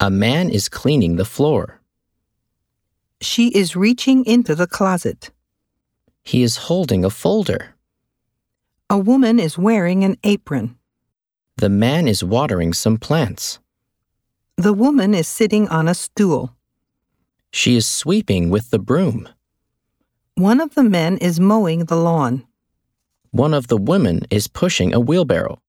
A man is cleaning the floor. She is reaching into the closet. He is holding a folder. A woman is wearing an apron. The man is watering some plants. The woman is sitting on a stool. She is sweeping with the broom. One of the men is mowing the lawn. One of the women is pushing a wheelbarrow.